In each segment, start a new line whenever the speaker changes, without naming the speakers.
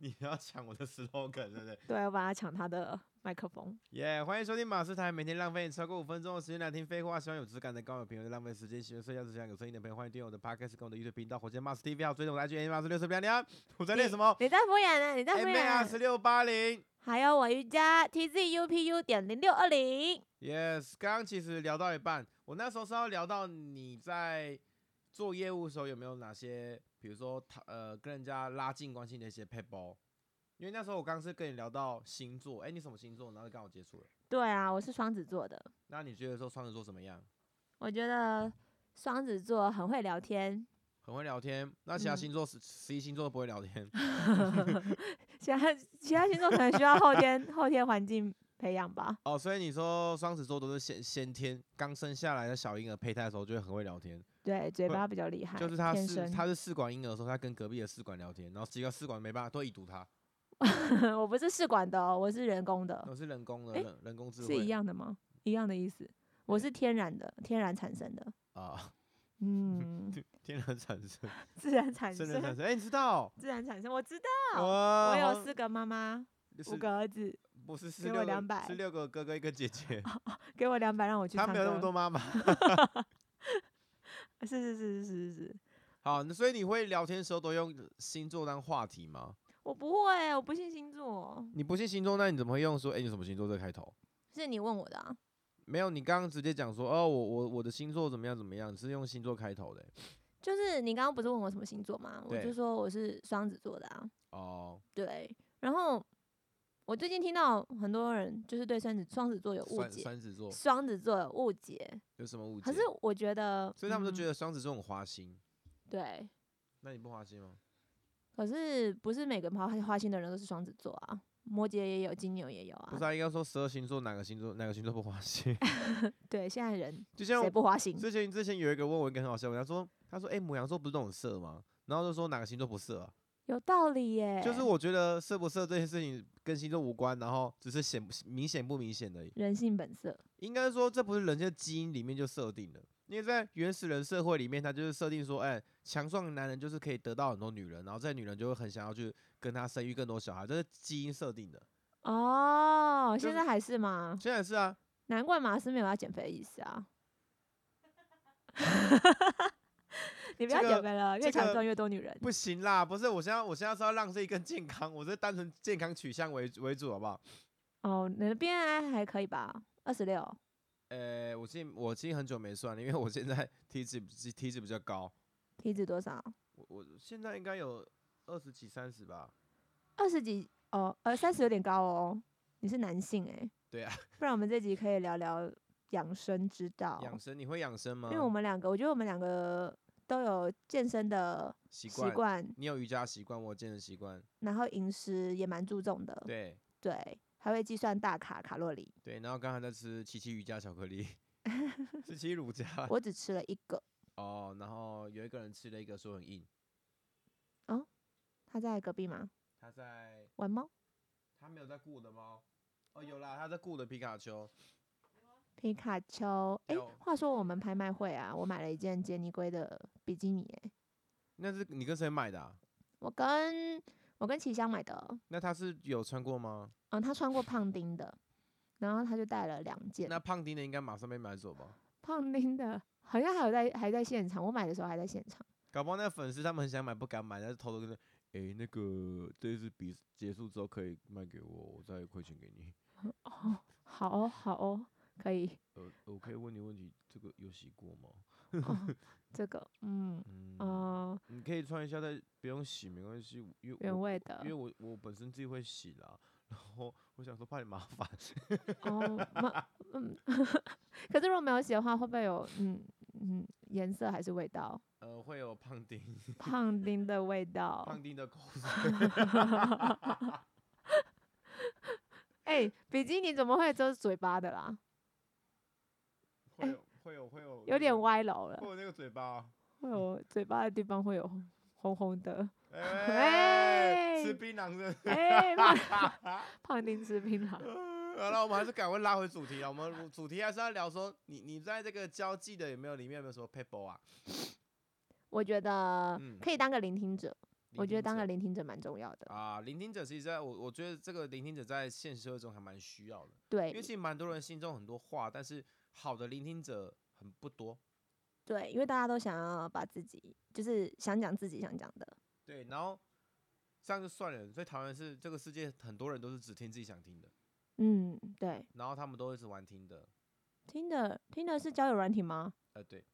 你要抢我的 slogan 对不对？
对，我把它抢他的麦克风。
耶欢迎收听马斯台，每天浪费超过五分钟的时间来听废话。喜欢有质感的高友朋友在浪费时间，喜欢睡觉只想有声音的朋友，欢迎订阅我的 podcast 跟我的 YouTube 频道火箭 Mars TV，还有追踪我的 IG n Mars 六四八零。我在练什么
你在敷衍啊呢？你在敷
？M
衍、
A 十六八零。
还有我瑜伽 T Z U P U 点零六二零。
Yes，刚刚其实聊到一半，我那时候是要聊到你在做业务的时候有没有哪些，比如说他呃跟人家拉近关系的一些 p a p l 因为那时候我刚刚是跟你聊到星座，哎、你什么星座？然后就刚好接触了。
对啊，我是双子座的，
那你觉得说双子座怎么样？
我觉得双子座很会 聊天。
很会聊天，那其他
嗯
星座十十一星座都不会聊天。
其他其他星座可能需要后天后天环境培养吧。
哦，所以你说双子座都是先先天刚生下来的小婴儿胚胎的时候就会很会聊天，
对，嘴
会
巴比较厉害，
就是他
哎天
是
生。
他是试管婴儿的时候，他跟隔壁的试管聊天，然后几个试管没办法都已读他，
我不是试管的、哦，我是人工的，
我是人工的
诶
人人工智慧，
哎是一样的吗？一样的意思。我是天然的，天然产生 的。
啊，
嗯，
天然产生，
自然产
真人产
生，
生，哎、你知道？
自然产生。我知道，
哇
我有
好
四个妈妈，
哦是
五个儿子，
不是是
给我
六
两
个
百哦
是六个哥哥一个姐姐，
给我两百让我去
他
唱
没有那么多
歌。
妈妈。
是是是是是是，
好，所以你会聊天的时候都用星座当话题吗？
我不会，我不信星座，
你不信星座，那你怎么会用说哎、诶你什么星座这个开头？
是你问我的啊。
没有，你刚刚直接讲说哦，我我我的星座怎么样怎么样，是用星座开头的欸、
就是你刚刚不是问我什么星座吗？我就
对
说我是双子座的啊。
哦，
对，然后我最近听到很多人就是对双子双子座有误
双
解，
双子座
双子座有误解，
有什么误解？
可是我嗯觉得，
所以他们都觉
得、
得双子座很花心，
对，
那你不花心吗？
可是不是每个花花心的人都是双子座啊，摩羯也有，金牛也有
不
啊
是，，啊，应该说十二星座哪个星座哪个星座不花 心？
对，现在人
就像
谁不花心？
之前之前有一个问我一个很好笑的问题，他说他说哎、母羊座不是都很色吗？然后就说哪个星座不色啊？
有道理耶，
就是我觉得色不色这件事情跟星座无关，然后只是显不明显不明显而已。
人性本色，
应该说这不是人家基因里面就设定的，因为在原始人社会里面，他就是设定说，哎、强壮的男人就是可以得到很多女人，然后这女人就会很想要去跟他生育更多小孩，这是基因设定的。
哦，
就
现
是
在还是吗？
现在是啊，
难怪马斯没有要减肥的意思啊！ 你不
这
要
个
减肥了，越
这
强
个
壮越多女人。
不行啦，不是，我现在我现在是要让自己更健康，我是单纯健康取向为为主，好不好？
哦，你的 BMI 还可以吧？二十六，
呃，我今我今很久没算了，因为我现在体脂体脂比较高，
体脂多少？
我我现在应该有二十几三十吧。
二十几哦，呃，三十有点高哦。你是男性诶、
对啊，
不然我们这集可以聊聊养生之道，
养生你会养生吗？
因为我们两个，我觉得我们两个都有健身的
习
习
惯，
惯，
你有瑜伽习惯，我有健身习惯，
然后饮食也蛮注重的，
对。
对，还会计算大卡卡路里。
对，然后刚才在吃七七瑜伽巧克力， 是七乳加
我只吃了一个，
哦。然后有一个人吃了一个说很硬，
他在隔壁吗？
他在
玩猫。
他没有在雇我的猫，哦有啦，他在雇我的皮卡丘。
皮卡丘，哎、
有
话说我们拍卖会啊，我买了一件杰尼龟的比基尼、诶，
那是你跟谁买的、啊？
我跟我跟齐香买的，哦
那他是有穿过吗？
嗯，他穿过胖丁的，然后他就带了两件
那胖丁的应该马上被买走吧？
胖丁的，好像还有在还在现场，我买的时候还在现场，
搞不好那个粉丝他们很想买不敢买，但是偷偷跟他，哎、那个这次比结束之后可以卖给我，我再汇钱给你。
哦，好哦，好哦，可以，
呃，我可以问你问题，这个有洗过吗？
哦，这个，嗯，
嗯，
哦、
你可以穿一下，再不用洗没关系，因为我
原味
因为
的，
我我本身自己会洗啦，然后我想说怕你麻烦，
哦，那嗯， 可是如果没有洗的话，会不会有，嗯嗯，颜色还是味道，
呃，会有胖丁
胖丁的味道，
胖丁的口 水，
哎、比基尼怎么会遮嘴巴的啦？
会有会有会有那
有点
个
歪楼了
会，有那个嘴 巴，哦
会有嘴巴的地方会有红红 红的。
哎，
哎
吃槟榔的。
哎、胖胖丁吃槟榔，
好了，我们还是赶快拉回主题了。我们主题还是要聊说，你你在这个交际的有没有里面有没有什么 people 啊？
我觉得
嗯
可以当个聆听者，我觉
聆听
得当
者
个聆听者蛮重要的。
啊，聆听者其实在我我觉得这个聆听者在现实社会中还蛮需要的，因为
对
其实蛮多人心中很多话，但是好的聆听者很不多。
对，因为大家都想要把自己，就是想讲自己想讲的。
对，然后这样就算了。所以台湾是这个世界很多人都是只听自己想听的，
嗯，对。
然后他们都一直玩听的。
听的听的是交友软体吗？
呃，对，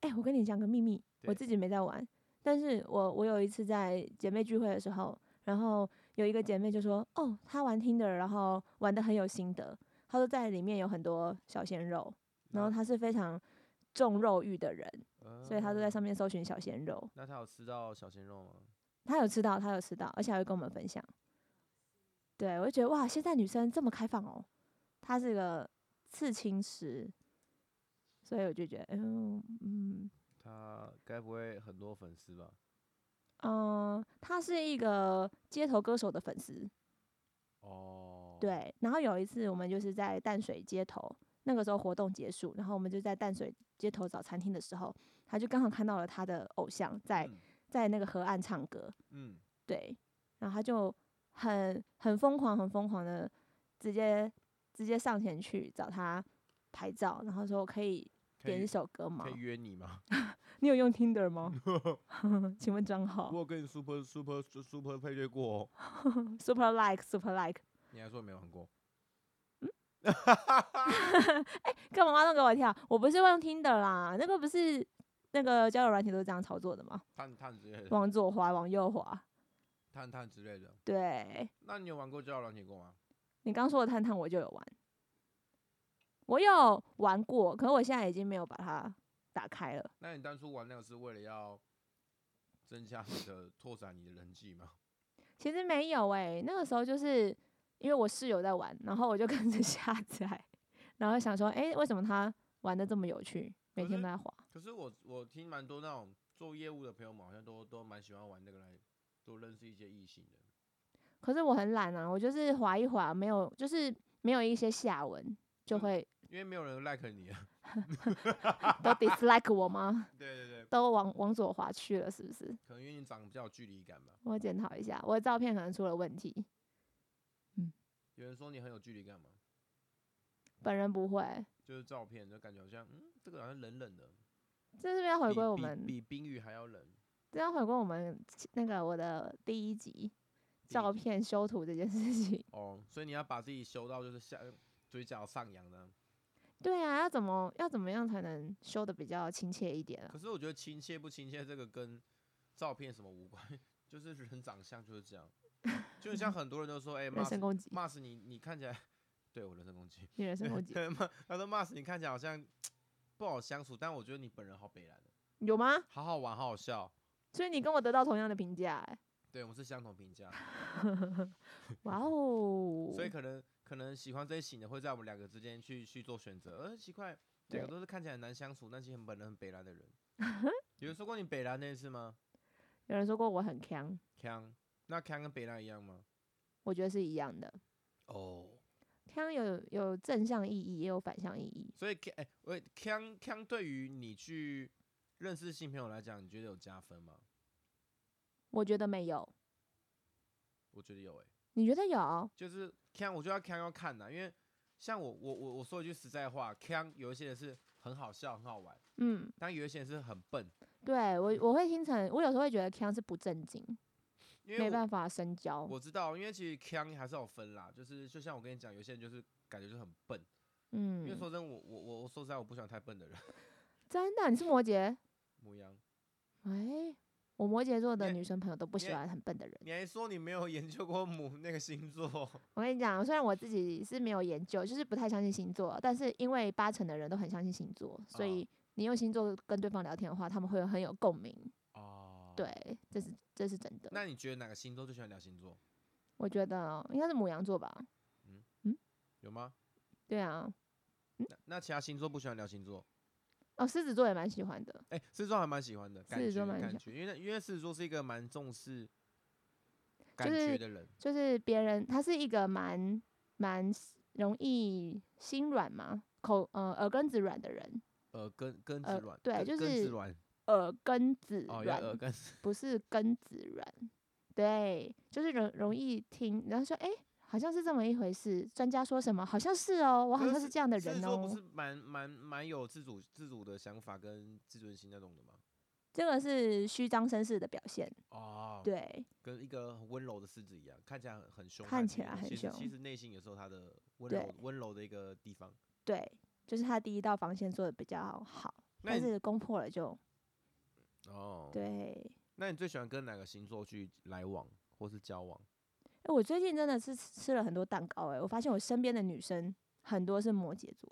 哎、我跟你讲个秘密，我
对
自己没在玩，但是我我有一次在姐妹聚会的时候，然后有一个姐妹就说，哦，她玩听的，然后玩的很有心得，她说在里面有很多小鲜肉，然后
啊
她是非常重肉欲的人，所以她都在上
面。
面搜寻小鲜肉。
呃那他有吃到小鲜肉吗？
她有吃到，她有吃到，而且还会跟我们分享。对，我就觉得哇，现在女生这么开放哦，她是个刺青师，所以我就觉得，嗯嗯。
他该不会很多粉丝吧？
嗯，他是一个街头歌手的粉丝，
哦，，
对。然后有一次我们就是在淡水街头，那个时候活动结束，然后我们就在淡水街头找餐厅的时候，他就刚好看到了他的偶像在
嗯
在那个河岸唱歌，
嗯，
对。然后他就很很疯狂、很疯狂的直接直接上前去找他拍照，然后说可以
可
点一
以
首歌吗
可以？约你吗？
你有用 Tinder 吗？ 请问账号
我有跟你 super super super 配对过、哦，
Super Like Super Like。
你还说没玩过？
干嘛挖洞给我跳？我不是用听的啦，那个不是那个交友软体都是这样操作的吗？
探探之类的，
往左滑，往右滑。
探探之类的。
对
那你有玩过交友软体过吗？
你刚说的探探，我就有玩，我有玩过，可是我现在已经没有把它打开了。
那你当初玩那个是为了要增加你的拓展你的人际吗？
其实没有诶、那个时候就是因为我室友在玩，然后我就跟着下载， 然后想说，诶、为什么他玩的这么有趣？每
可
天
是
都在滑，
可是我我听蛮多那种做业务的朋友们，好像都都蛮喜欢玩这个来多认识一些异性的。
可是我很懒啊，我就是滑一滑，没有就是没有一些下文，就
嗯
会
因为没有人 like 你啊。
都 dislike 我吗？
对对对，
都往往左滑去了，是不是？
可能因为你长得比较有距离感吧。
我检讨一下，我的照片可能出了问题。
有人说你很有距离感嘛，
本人不会，
就是照片就感觉好像，嗯，这个好像冷冷的，
这是不是要回
比
归我
比
们，
比冰雨还要冷。
这要回归我们那个我的第一集照
第一
片修图这件事情。
哦，所以你要把自己修到就是下嘴角上扬呢。
对啊，要怎么要怎么样才能修的比较亲切一点啊
可？是我觉得亲切不亲切这个跟照片什么无关，就是人长相就是这样。就像很多人都说，哎、骂
人
死
身攻击，
骂死你，你看起来对我人身攻击，
你人身攻 击
对骂他说骂死你看起来好像不好相处，但我觉得你本人好北然的，
有吗？
好好玩，好好笑。
所以你跟我得到同样的评价、 欸，
对我们是相同评价，
哇哦！
所以可能可能喜欢这一型的会在我们两个之间去去做选择。呃，奇怪，两个
对
都是看起来很难相处，但其实很本人很北然 的人。有人说过你北然那一次吗？
有人说过我很强，
康，那康跟北然一样吗？
我觉得是一样的。
哦。
强有有正向意义，也有反向意义。
所以 K 哎、喂，Kang Kang 对于你去认识新朋友来讲，你觉得有加分吗？
我觉得没有，
我觉得有哎、
你觉得有？
就是 Kang，我觉得 Kang 要看呐，因为像我我我我说一句实在话，Kang 有一些人是很好笑很好玩，
嗯，
但有一些人是很笨，
对我我会听成，我有时候会觉得 Kang 是不正经，
因
没
为我
办法深交。
我知道，因为其实 Kang 还是有分啦，就是就像我跟你讲，有些人就是感觉就是很笨，因为
嗯，
说真的，我我我我说实在，我不喜欢太笨的人，
真的，你是摩羯？
模样。
哎、我摩羯座的
因为
女生朋友都不喜
因为
欢很笨的人。
你还说你没有研究过母那个星 座，
我跟你讲，虽然我自己是没有研究，就是不太相信星座，但是因为八成的人都很相信星座，所
哦
以你用星座跟对方聊天的话，他们会很有共鸣。
哦，
对，这是这是真的。
那你觉得哪个星座最喜欢聊星座？
我觉得应该是母羊座吧？
有吗？
对啊，
那那其他星座不喜欢聊星座？
哦，狮子座也蛮喜欢的。
哎、狮子座还蛮喜欢的，感
狮子座
觉
蛮喜
感
欢
觉，因为因为狮子座是一个蛮重视感
就
觉
是
的人，
就是别人他是一个蛮蛮容易心软嘛，口呃耳根子软的人，
耳根根子
呃
软，
对
根
就
根子
是
软，
耳根子
哦，要
软、
耳根子，
不是根子软，对，就是容容易听，然后说哎、诶好像是这么一回事。专家说什么，好像是哦，我好
可
像是这样的
狮子
人
座不
哦
是。蛮蛮蛮有自主自主的想法跟自尊心那种的吗？
这个是虚张声势的表现，
哦，，
对
跟一个很温柔的狮子一样，看起来很很凶悍，
看起来
但
很
其实其
凶
实内心有时候它的温
对
柔温柔的一个地方。
对，就是他第一道防线做的比较好，
那
但
你
是攻破了就
哦，
对。
那你最喜欢跟哪个星座去来往或是交往？
诶我最近真的是吃吃了很多蛋糕、诶，我发现我身边的女生很多是摩羯座，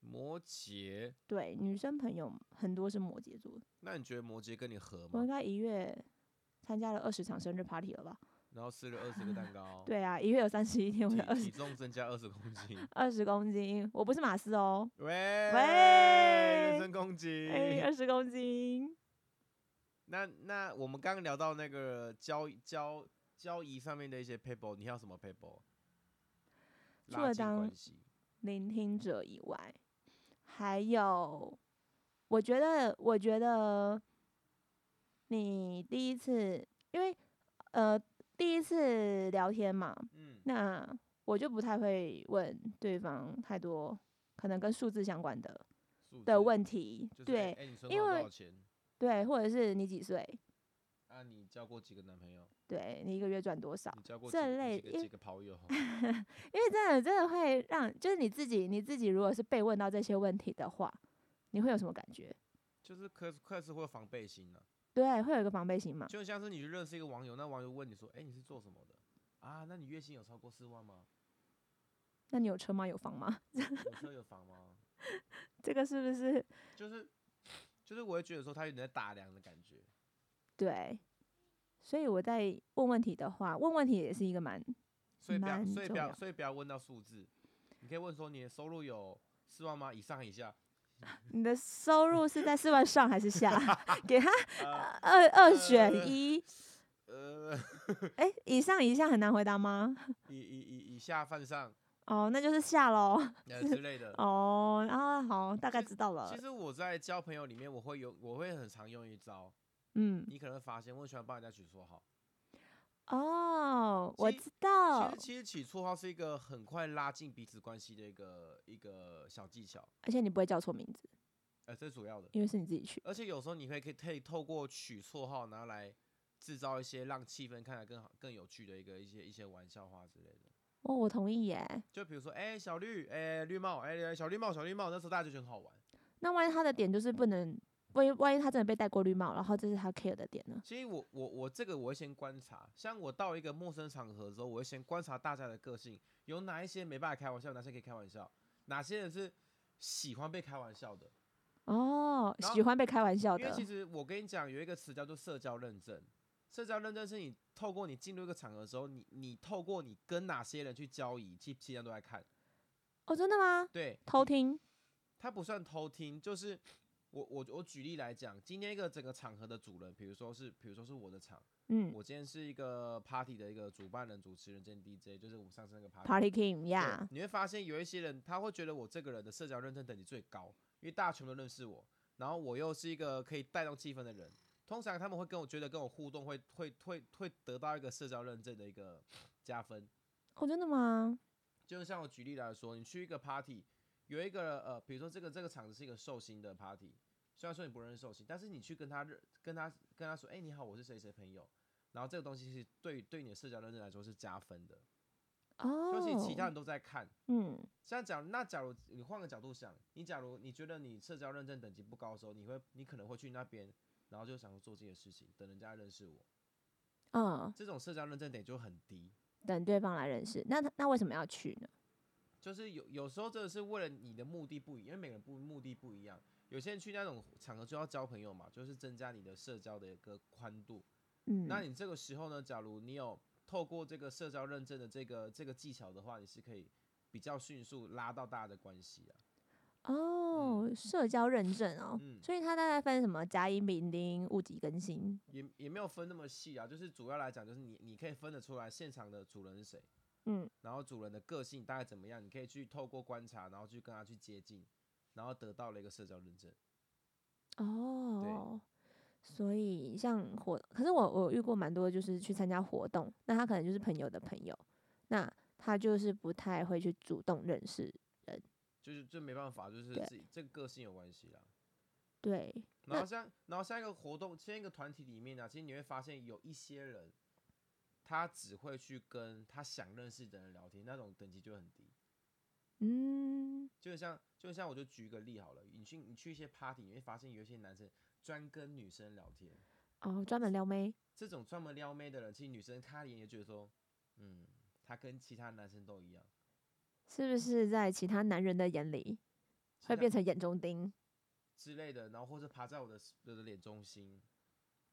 摩羯，
对，女生朋友很多是摩羯座。
那你觉得摩羯跟你合
我
吗
应？该一月参加了二十场生日 party 了吧？
然后吃了二十个蛋糕，
对啊，一月有三十一天，我有二
体体
十
重增加二十公 斤，
二十公斤，我不是马斯哦，
喂人身攻击。
哎、二十公斤，
那那我们刚刚聊到那个交交交易上面的一些 paper，你还有什么 paper？
除了
拉近
当
关系，
聆听者以外，还有，我觉得，我觉得你第一次，因为呃，第一次聊天嘛，
嗯，
那我就不太会问对方太多可能跟数字相关的
数字
的问题，
就是
对
哎、哎你存
因
款多
为
少钱？
对，或者是你几岁，
啊，你交过几个男朋友？
对你一个月赚多少？
你交过
这
几
类
几
因
个几个跑友？
因为真的真的会让，就是你自己你自己如果是被问到这些问题的话，你会有什么感觉？
就是克克是会有防备心呢、啊
对，会有一个防备心嘛？
就像是你去认识一个网友，那网友问你说：“哎、你是做什么的？”啊，那你月薪有超过四万吗？
那你有车吗？有房吗？
有车有房吗？
这个是不是
就是就是，我会觉得说他有点在打量的感觉。
对？所以我在问问题的话，问问题也是一个蛮
所以不要，
蛮
所以不
重
要，
要
所以不要问到数字，你可以问说你的收入有四万吗？以上以下，
你的收入是在四万上还是下？ 给他
呃
二二选
呃
一，
呃，
哎、以上以下很难回答吗？
以以以以下犯上，
哦，那就是下喽。
呃之类的。
哦，然后好，大概知道了
其。实我在交朋友里面，我会有，我会很常用一招，
嗯，
你可能会发现，我很喜欢帮人家取绰号。
哦，我
其
知道
其实，，其实取绰号是一个很快拉近彼此关系的一个一个小技巧，
而且你不会叫错名字，
呃，这是主要的。
因为是你自己取。
而且有时候你会可以可以透过取绰号，然后来制造一些让气氛看起来更好、更有趣的一个一些一些玩笑话之类的。
哦，我同意耶。
就比如说，哎、小绿，哎、绿帽，哎、小绿帽，小绿帽，那时候大家就觉得很好玩。
那万一他的点就是不能，万一万一他真的被戴过绿帽，然后这是他 care 的点呢？
其实我我我这个我会先观察，像我到一个陌生场合之后，我会先观察大家的个性，有哪一些没办法开玩笑，哪些可以开玩笑，哪些人是喜欢被开玩笑的。
哦，
然后
喜欢被开玩笑
因为
的
其，实我跟你讲，有一个词叫做社交认证。社交认证是你透过你进入一个场合的时候，你你透过你跟哪些人去交易，其其他都在看。
哦，真的吗？
对，
偷听，
它不算偷听，就是我我我举例来讲，今天一个整个场合的主人，比如说是比如说是我的场，
嗯
我今天是一个 party 的一个主办人、主持人兼 DJ，就是我们上次那个 party。
，Party King
对
呀、
你会发现有一些人他会觉得我这个人的社交认证等级最高，因为大家全部都认识我，然后我又是一个可以带动气氛的人。通常他们会跟我觉得跟我互动会会会会得到一个社交认证的一个加分。
哦，真的吗？
就像我举例来说，你去一个 party，有一个呃，比如说这个这个场子是一个寿星的 party，虽然说你不认识寿星，但是你去跟他认跟他跟他说，哎、你好，我是谁谁朋友，然后这个东西是对对你的社交认证来说是加分的，
哦
而，且其他人都在看。
嗯，
像假如那假如你换个角度想，你假如你觉得你社交认证等级不高的时候，你会你可能会去那边，然后就想说做自己的事情，等人家认识我，
嗯，
这种社交认证点就很低。
等对方来认识，那他那为什么要去呢？
就是有有时候真的是为了你的目的不一，因为每个人不目的不一样。有些人去那种场合就要交朋友嘛，就是增加你的社交的一个宽度。
嗯，
那你这个时候呢，假如你有透过这个社交认证的这个这个技巧的话，你是可以比较迅速拉到大家的关系啊。
哦，社交认证哦，
嗯
所以它大概分什么甲乙丙丁戊己庚辛。
也也没有分那么细啊，就是主要来讲，就是你你可以分得出来现场的主人是谁，
嗯，
然后主人的个性大概怎么样，你可以去透过观察，然后去跟他去接近，然后得到了一个社交认证。
哦，所以像活，可是我我遇过蛮多，就是去参加活动，那他可能就是朋友的朋友，那他就是不太会去主动认识。
就是这没办法，就是
对
自己这个个性有关系啦。
对，
然
那
后像然后像一个活动，像一个团体里面呢、啊其实你会发现有一些人，他只会去跟他想认识的人聊天，那种等级就很低。
嗯，
就像就像我就举一个例好了，你去你去一些 party，你会发现有一些男生专跟女生聊天，
哦，专门撩妹，
这种专门撩妹的人，其实女生看他一眼就觉得说，嗯，他跟其他男生都一样，
是不是在其他男人的眼里
其他
会变成眼中钉、
之类的，然后或者爬在我的我的脸中心。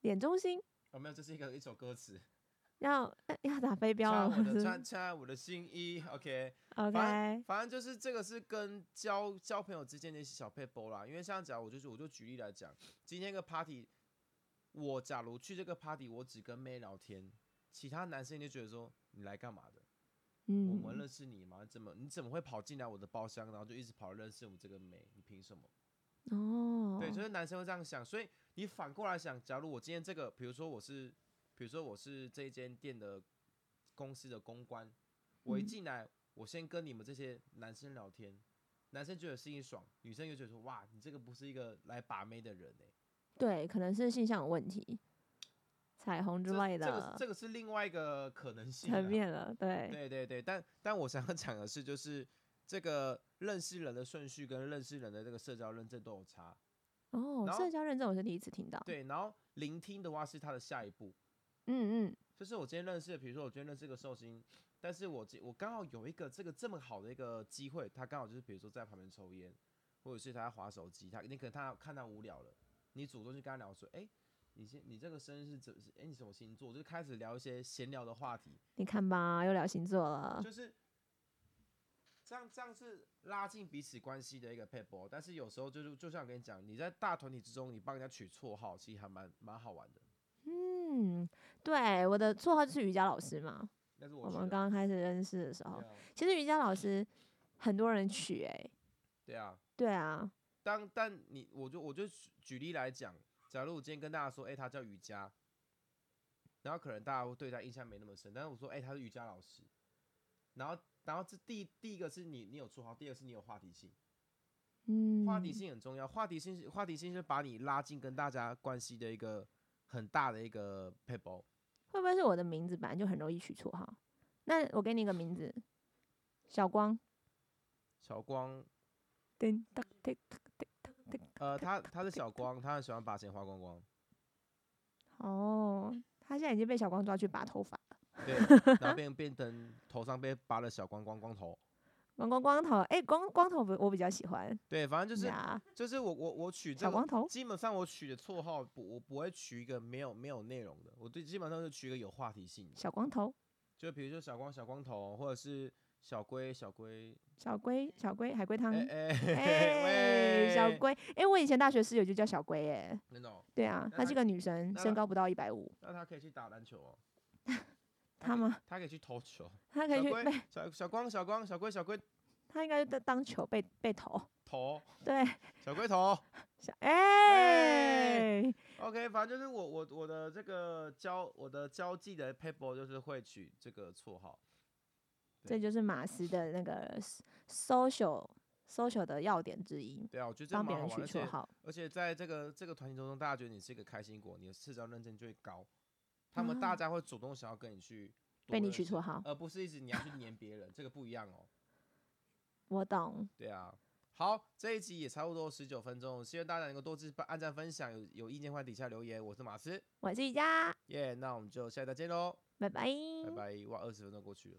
眼中心？
哦，没有，这是一个一首歌词，
要呃要打飞镖
穿
了
我
吗？
的
是
穿穿我的新衣，OK，反
OK，
反正就是这个是跟交交朋友之间的一些小 paper 啦。因为像假如我就是我就举例来讲，今天一个 party，我假如去这个 party，我只跟妹聊天，其他男生就觉得说你来干嘛的？我们
嗯，
认识你吗？怎么你怎么会跑进来我的包厢，然后就一直跑来认识我们这个妹？你凭什么？
哦，
对，就是男生会这样想。所以你反过来想，假如我今天这个，比如说我是，比如说我是这一间店的公司的公关，我一
嗯
进来，我先跟你们这些男生聊天，男生觉得心里爽，女生就觉得说，哇，你这个不是一个来把妹的人哎、
对，可能是性向有问题，彩虹之
这
类
这个
的
这个是另外一个可能性啊
层
啦
面了，对，
对对对，但但我想要讲的是，就是这个认识人的顺序跟认识人的这个社交认证都有差。
哦，
然后
社交认证我是第一次听到，
对，然后聆听的话是他的下一步，
嗯嗯，
就是我今天认识的，比如说我今天认识一个寿星，但是我今我刚好有一个这个这么好的一个机会，他刚好就是比如说在旁边抽烟，或者是他在划手机，他你可能他看他无聊了，你主动去跟他聊说，哎、你现你这个生日是怎？哎、你什么星座？就开始聊一些闲聊的话题，
你看吧，又聊星座了，
就是这样，这样是拉近彼此关系的一个 p a p e 但是有时候就是，就像我跟你讲，你在大团体之中，你帮人家取绰号，其实还蛮蛮好玩的。
嗯，对，我的绰号就是瑜伽老师嘛，
但是我
我
觉
们
得
刚刚开始认识的时候
对，啊
其实瑜伽老师很多人取、欸，诶，
对啊，
对啊，
当但你我就我就举举例来讲，假如我今天跟大家说，哎、他叫瑜伽，然后可能大家会对他印象没那么深，但是我说，哎、他是瑜伽老师，然后然后这第第一个是你你有绰号，第二个是你有话题性，
嗯，
话题性很重要，话题性是话题性是把你拉近跟大家关系的一个很大的一个 p a p e
会不会是我的名字本来就很容易取绰号？那我给你一个名字，小光，
小光，
叮当叮当叮当叮
呃，他他是小光，他很喜欢把钱花光光，
当。哦，他现在已经被小光抓去拔头发了，
对，然后变变成头上被拔了小光光光头，
光光光头，哎、光光头不我比较喜欢，
对，反正就是
呀
就是我我我取这
小
个
光头，
基本上我取的绰号不，我不会取一个没有没有内容的，我对基本上就取一个有话题性的，
小光头，
就比如说小光小光头，或者是小龟小龟，
小龟，小龟，海龟汤。
哎
哎、
哎
小
喂
龟，哎、我以前大学室友就叫小龟，哎，
那种，
对啊，
那
她
她
是个女生，
那
身
她
高不到一百五，
那他可以去打篮球哦，
她吗？
他可以去投球，
她可以
嗯小
去
龟
被，
小小光小光小龟小龟
她应该就当球被被投，
头
对，
小龟头
小哎、
喂，OK，反正就是我我我的这个交我的交际的 paper 就是会取这个绰号，
这就是马斯的那个 s- social social 的要点之一，
对啊，我觉得这
帮
蛮
别
好玩，
人
而
取
且
绰号。
而且在这个这个团体当中，大家觉得你是一个开心果，你的社交认证就会高，他们大
啊
家会主动想要跟你去多
被你
认
取
识
绰号
而不是一直你要去黏别人，这个不一样哦。
我懂，
对啊，好，这一集也差不多十九分钟，希望大家能够多支帮按赞分享，有有意见欢迎底下留言。我是马斯，
我是瑜伽，
耶、那我们就下期再见喽，
拜拜，
拜拜。哇，二十分钟过去了。